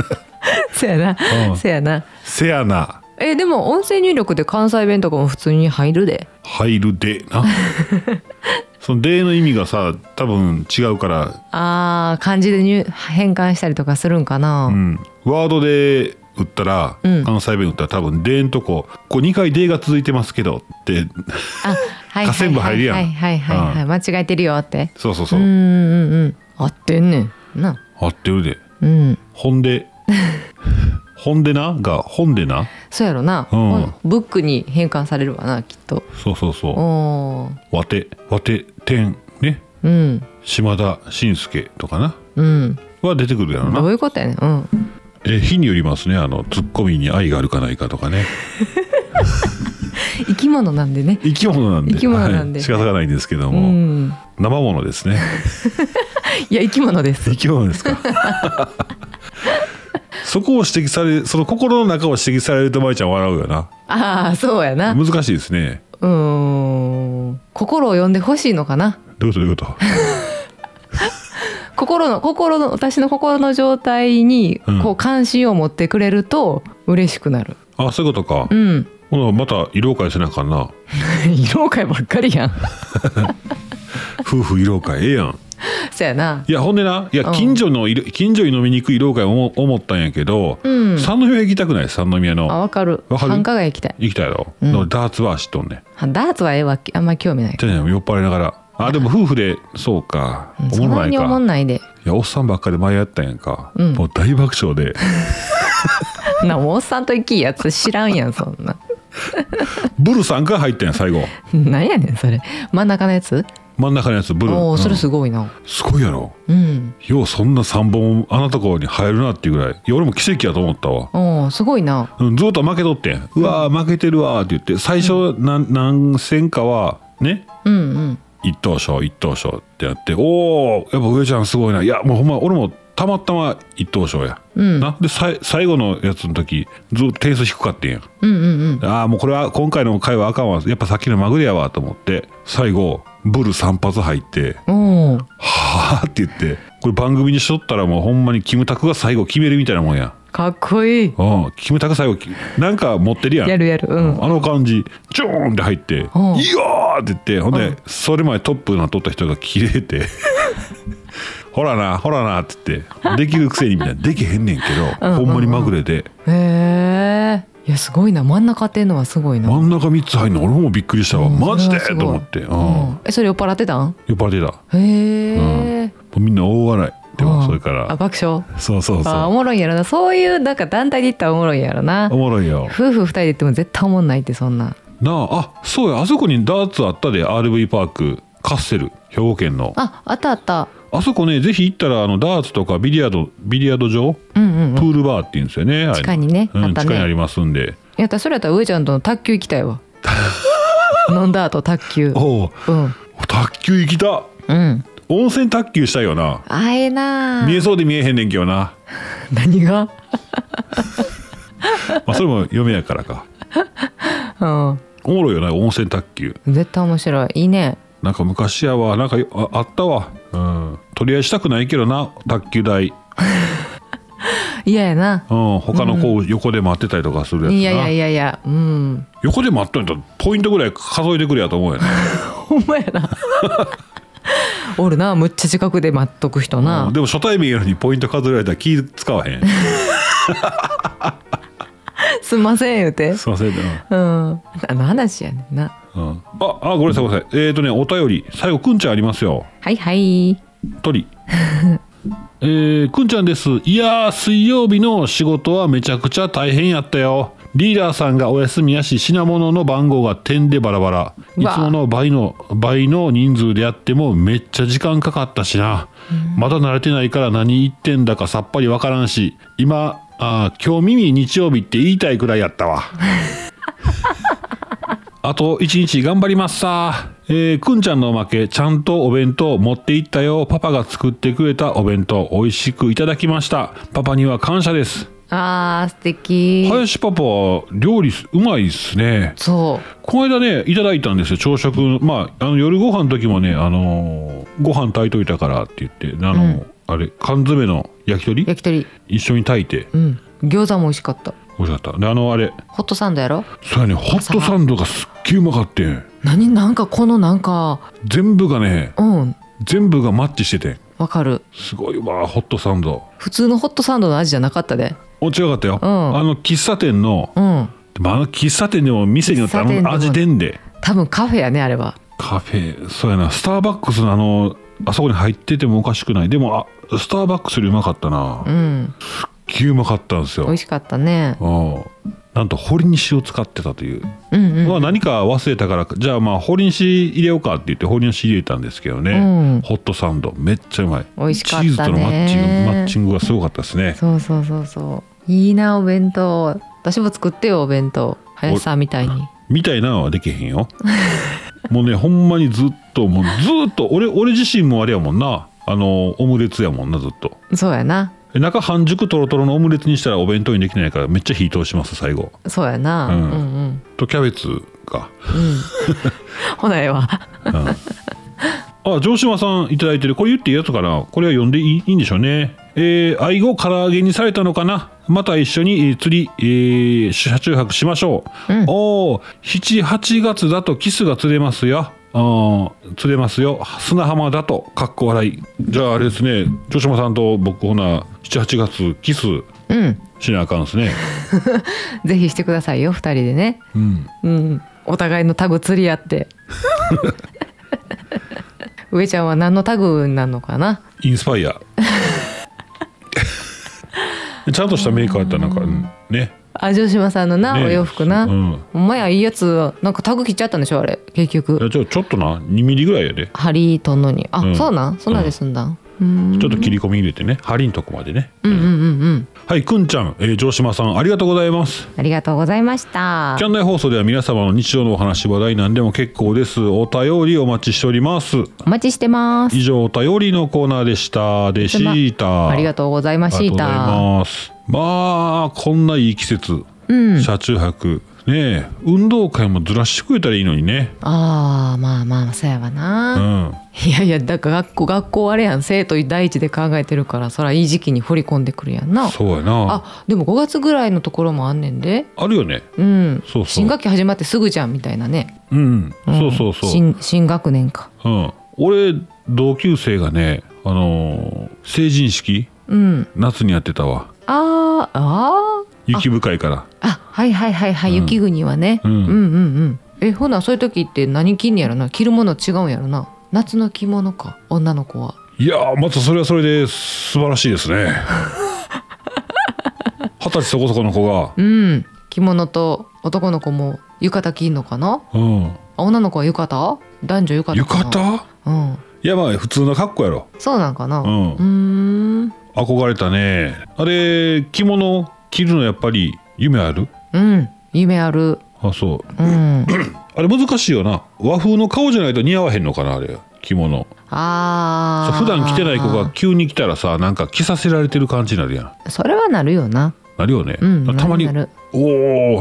B: そやな、
A: うん
B: そやな
A: せやな
B: えでも音声入力で関西弁とかも普通に入るで
A: 入るでなその「で」の意味がさ多分違うから、
B: あー漢字で入変換したりとかするんかな、
A: うん、ワードで打ったら、
B: うん
A: 関西弁打ったら多分「で」のとここう2回「で」が続いてますけどって
B: あはい
A: 下線部入るやん
B: はいはいはいはい、はい間違えてるよって
A: そうそう
B: う
A: そう、
B: んうんうん合ってんねんな
A: 合ってるで
B: うん
A: ほん でほんでながほんでな
B: そうやろな、
A: うん
B: ほブックに変換されるわなきっと
A: そうそうそう
B: おー
A: わてわててんね
B: うん
A: 島田紳介とかな
B: うん
A: は出てくるやろ
B: ど
A: な
B: ういうことやねんうん
A: え日によりますねあのツッコミに愛があるかないかとかね
B: 生き物なんでね
A: 生き物なんで
B: 生き物なんで
A: はい仕方がないんですけど
B: う
A: も、
B: ん
A: 生物ですね
B: いや生き物です
A: 生き物ですか そこを指摘されその心の中を指摘されるとまいちゃん笑うよな
B: ああそうやなう
A: 難しいですね
B: ーん心を呼んでほしいのかな
A: どういうことどういうこと
B: 心の心の私の心の状態に
A: うん
B: こう関心を持ってくれると嬉しくなる
A: あそういうことか、
B: うん
A: ほなまた色を変えせなあかんな
B: 色会ばっかりやん
A: 夫婦色を変えええやん
B: そやない
A: やほんでないや
B: うん
A: 近所のいろ、近所に飲みに行く医療会を思ったんやけど、
B: うん
A: 三宮行きたくない三宮
B: あ
A: の
B: わかる
A: わかる
B: 繁華街行きたい
A: 行きたいやろ、
B: うん
A: のダーツバー知っとんねん
B: あダーツはええわあんまり興味ない
A: てね酔っ払いながらあでも夫婦でそうか、
B: うん
A: お
B: そ
A: も
B: ん
A: ろ
B: な
A: ない
B: に
A: か
B: 思んないで
A: いやおっさんばっかり前やったんやんか、
B: うん
A: もう大爆笑で
B: なもうおっさんと行きいやつ知らんやんそんな
A: ブルさんが入ったんや最後
B: なんやねんそれ真ん中のやつ
A: 真ん中のやつブルー、
B: お
A: うん
B: おそれ
A: す
B: すごいな
A: ごいやろ
B: うん
A: ようそんな3本あなたこに入るなっていうぐらいいや俺も奇跡やと思ったわ
B: おおすごいな
A: うんずっと負けとってんうわー負けてるわーって言って最初何,、ん、何戦かはね
B: うんうん
A: 一等賞一等賞ってなっておおやっぱ上ちゃんすごいないやもうほんま俺もたまたま一等賞や、
B: うん
A: なでさい最後のやつの時ずっと点数低かってんや
B: うんうんうん
A: ああもうこれは今回の回はあかんわやっぱさっきのまぐれやわと思って最後ブル3発入って
B: おー
A: 「はあ」って言ってこれ番組にしとったらもうほんまにキムタクが最後決めるみたいなもんや
B: かっこいい
A: うんキムタク最後きなんか持ってるやん
B: やるやるうん
A: あの感じジョーンって入って「いや
B: うん
A: ー!」って言ってほんでそれまでトップになっとった人が切れて 「ほらなほらな」って言ってできるくせにみたいなできへんねんけど
B: うんうん
A: ほ
B: うん
A: んまにまぐれで
B: へえいやすごいな真ん中っていうのはすごいな、
A: 真ん中3つ入んの俺もびっくりしたわ
B: うん
A: マジで
B: それはすごい
A: と思ってうん
B: うんえそれ酔っ払ってたん
A: 呼ばれてたも
B: へえ、
A: うみんな大笑いで
B: う
A: も
B: ん
A: それか
B: あ
A: ら
B: 爆笑
A: そうそう
B: あーお
A: そう
B: もろいんやろなそういうなんか団体で行ったらおもろいんやろな
A: おもろいよ
B: 夫婦二人で行っても絶対おもんないってそんな
A: なああそうやあそこにダーツあったで RV パークカッセル兵庫県の
B: ああったあった
A: あそこねぜひ行ったらあのダーツとかビリヤードビリヤード場
B: うんうん
A: プールバーって言うんですよね。あれ
B: 地下にね
A: うん
B: あった
A: 地
B: ね
A: 下にありますんで。
B: やったらそれやったら上ちゃんとの卓球行きた いわ飲んだ後卓球
A: おお、
B: うん
A: 卓球行きた。
B: うん
A: 温泉卓球したいよな。
B: あええなあ
A: 見えそうで見えへんねんけどな。
B: 何が
A: まあそれも嫁やからか。
B: うん
A: おもろいよな温泉卓球。
B: 絶対面白いいいね
A: なんか昔やわなんかよああったわ。うん。取り合いしたくないけどな卓球台。
B: 嫌やな
A: うん。他の子を横で待ってたりとかするやつな。
B: いやいやいやいやうん
A: 横で待っとんやったらポイントぐらい数えてくれやと思うよ ね。
B: ほんまやなおるなむっちゃ近くで待っとく人
A: うん
B: な
A: でも初対面やのにポイント数えられたら気使わへ ん。
B: すんません言うて
A: すいません。うん
B: うんあの話やねんな
A: うんあ、あ、ごめんなさい、ごめんなさい。えっ、ー、とね、お便り、最後、くんちゃんありますよ。
B: はいはい
A: 鳥。 えー、くんちゃんです。いやー、水曜日の仕事はめちゃくちゃ大変やったよ。リーダーさんがお休みやし、品物の番号が点でバラバラ。
B: う
A: い
B: わ
A: つもの倍の、倍の人数でやってもめっちゃ時間かかったしな。まだ慣れてないから何言ってんだかさっぱりわからんし、今、あー今日耳日曜日って言いたいくらいやったわ。あと一日頑張りますさ。えー、くんちゃんのおまけ、ちゃんとお弁当持って行ったよ。パパが作ってくれたお弁当、美味しくいただきました。パパには感謝です。
B: あー素敵、
A: 林パパは料理すうまいっすね。
B: そう
A: この間ね、いただいたんですよ、朝食。まあ、あの夜ご飯の時もね、あのーご飯炊いといたからって言って、あのーあれ、缶詰の焼き鳥
B: 焼き鳥
A: 一緒に炊いて、
B: うん餃子も美味しかった
A: 美味しかった。で、あの、あれ、
B: ホットサンドやろ
A: そうやね、ホットサンドがすっげえうまかってん。
B: 何なんかこのなんか
A: 全部がね、
B: うん
A: 全部がマッチしててん。
B: わかる
A: すごいわホットサンド
B: 普通のホットサンドの味じゃなかったで
A: お違かったよ、
B: うん
A: あの喫茶店の
B: うん
A: でもあの喫茶店でも店によってあ
B: 喫茶店で
A: の
B: も
A: 味出んで
B: 多分カフェやねあれは
A: カフェそうやなスターバックスのあのあそこに入っててもおかしくないでもあスターバックスよりうまかったな
B: うん
A: 急うまかったんですよ
B: 美味しかったね
A: うんなんと堀西を使ってたという、
B: うんうん
A: まあ何か忘れたからじゃあまあ堀西入れようかって言って堀西入れたんですけどね、
B: うん
A: ホットサンドめっちゃうまい
B: 美味しかった
A: チ
B: ね
A: ーズとのマッチングマッチングがすごかったですね
B: そうそうそうそういいなお弁当私も作ってよお弁当林さんみたいに
A: みたいなのはできへんよ もうねほんまにずっともうずっと俺俺自身もあれやもんなあのオムレツやもんなずっと
B: そうやな
A: え中半熟トロトロのオムレツにしたらお弁当にできないからめっちゃ火通します最後
B: そうやな、
A: うん
B: うんうん
A: とキャベツか、
B: ほなええわ
A: うん、あ城島さんいただいてるこれ言っていいやつかなこれは読んでいいいいんでしょうねえー、愛後唐揚げにされたのかなまた一緒に、えー釣り、えー、車中泊しましょう、
B: うん
A: おお78月だとキスが釣れますよあー釣れますよ砂浜だとかっこ笑いじゃああれですね城島さんと僕ほな78月キス
B: うん
A: しなあかんですね
B: ぜひしてくださいよ二人でね
A: うん
B: うんお互いのタグ釣り合って 上ちゃんは何のタグなのかな
A: インス パイアちゃんとしたメーカーやったらなんかうんね
B: あ城島さんのな、
A: ねえ
B: お洋服な、
A: うん
B: お前やいいやつなんかタグ切っちゃったんでしょあれ結
A: いや
B: 局
A: ちょちょっとな2ミリぐらいやで
B: 針とんのにあ、
A: うん
B: そうなんそんなんですんだんうん
A: ちょっと切り込み入れてね針んとこまでね
B: うんうんうんうん
A: はいくんちゃん、えー城島さんありがとうございます
B: ありがとうございました
A: キャン内放送では皆様の日常のお話話題なんでも結構ですお便りお待ちしております
B: お待ちしてます
A: 以上お便りのコーナーでしたでシータ
B: ありがとうございま
A: あ
B: し
A: りがとうござい
B: た
A: ますまあこんないい季節
B: うん
A: 車中泊ねえ運動会もずらしてくれたらいいのにね
B: あーまあまあそうやわな、
A: うん
B: いやいやだから学校学校あれやん生徒第一で考えてるからそらいい時期に掘り込んでくるやんな
A: そうやな
B: あでも5月ぐらいのところもあんねんで
A: あるよね
B: うん
A: そうそう
B: 新学期始まってすぐじゃんみたいなね、
A: うんそうそうそう
B: 新新学年か
A: うん俺同級生がねあのー成人式
B: うん
A: 夏にやってたわ
B: あーあー
A: 雪深いから
B: あはいはいはいはい、
A: うん
B: 雪国はね、
A: うん
B: うんうんうんえほなそういう時って何着んねやろな着るもの違うんやろな夏の着物か女の子はい
A: やーまたそれはそれで素晴らしいです ね二十歳そこそこの子が、
B: うん着物と男の子も浴衣着んのかな
A: うん、
B: あ女の子は浴衣男女浴衣
A: 浴
B: かな
A: 衣
B: うん
A: いやまあ普通の格好やろ、
B: そうなんかな
A: う
B: うんーん
A: 憧れたねあれ着物着るのやっぱり夢ある
B: うん夢ある
A: あそう
B: うん
A: あれ難しいよな和風の顔じゃないと似合わへんのかなあれ着物
B: あ
A: そう
B: あ
A: 普段着てない子が急に来たらさなんか着させられてる感じになるやん
B: それはなるよな
A: なるよね、
B: うん
A: たまに
B: なる
A: 「お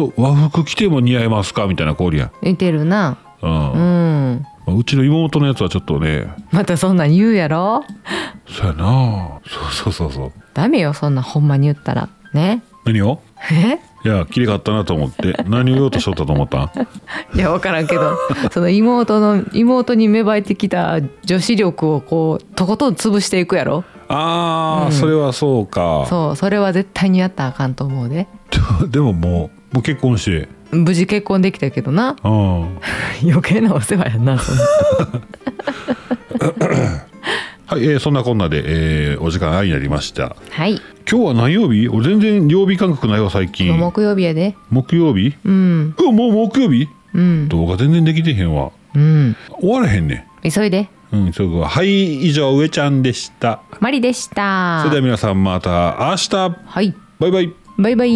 A: お和服着ても似合いますか」みたいな子おるやん、
B: 似てるな
A: うん
B: うん
A: まあうちの妹のやつはちょっとね
B: またそんなん言うやろ
A: そうやなそうそうそうそう
B: ダメよそんなほんまに言ったらね
A: 何を
B: え
A: いや綺麗かったなと思 って何を言おうとしとったと思ったん
B: いや分からんけどその妹の妹に芽生えてきた女子力をこうとことん潰していくやろ
A: あー、
B: うん
A: それはそうか
B: そうそれは絶対にやったらあかんと思うで
A: でももうもう結婚して
B: 無事結婚できたけどな
A: うん
B: 余計なお世話やなそんな
A: はい、えーそんなこんなで、えーお時間あいになりました
B: はい
A: 今日は何曜日俺全然曜日感覚ないわ最近
B: 木曜日やで
A: 木曜日
B: うん
A: うわもう木曜日
B: うん
A: 動画全然できてへんわ
B: うん
A: 終わらへんね
B: 急いで
A: んうんそうかはい以上上ちゃんでした
B: マリでした
A: それでは皆さんまた明日
B: はい
A: バイバイ
B: バイバイ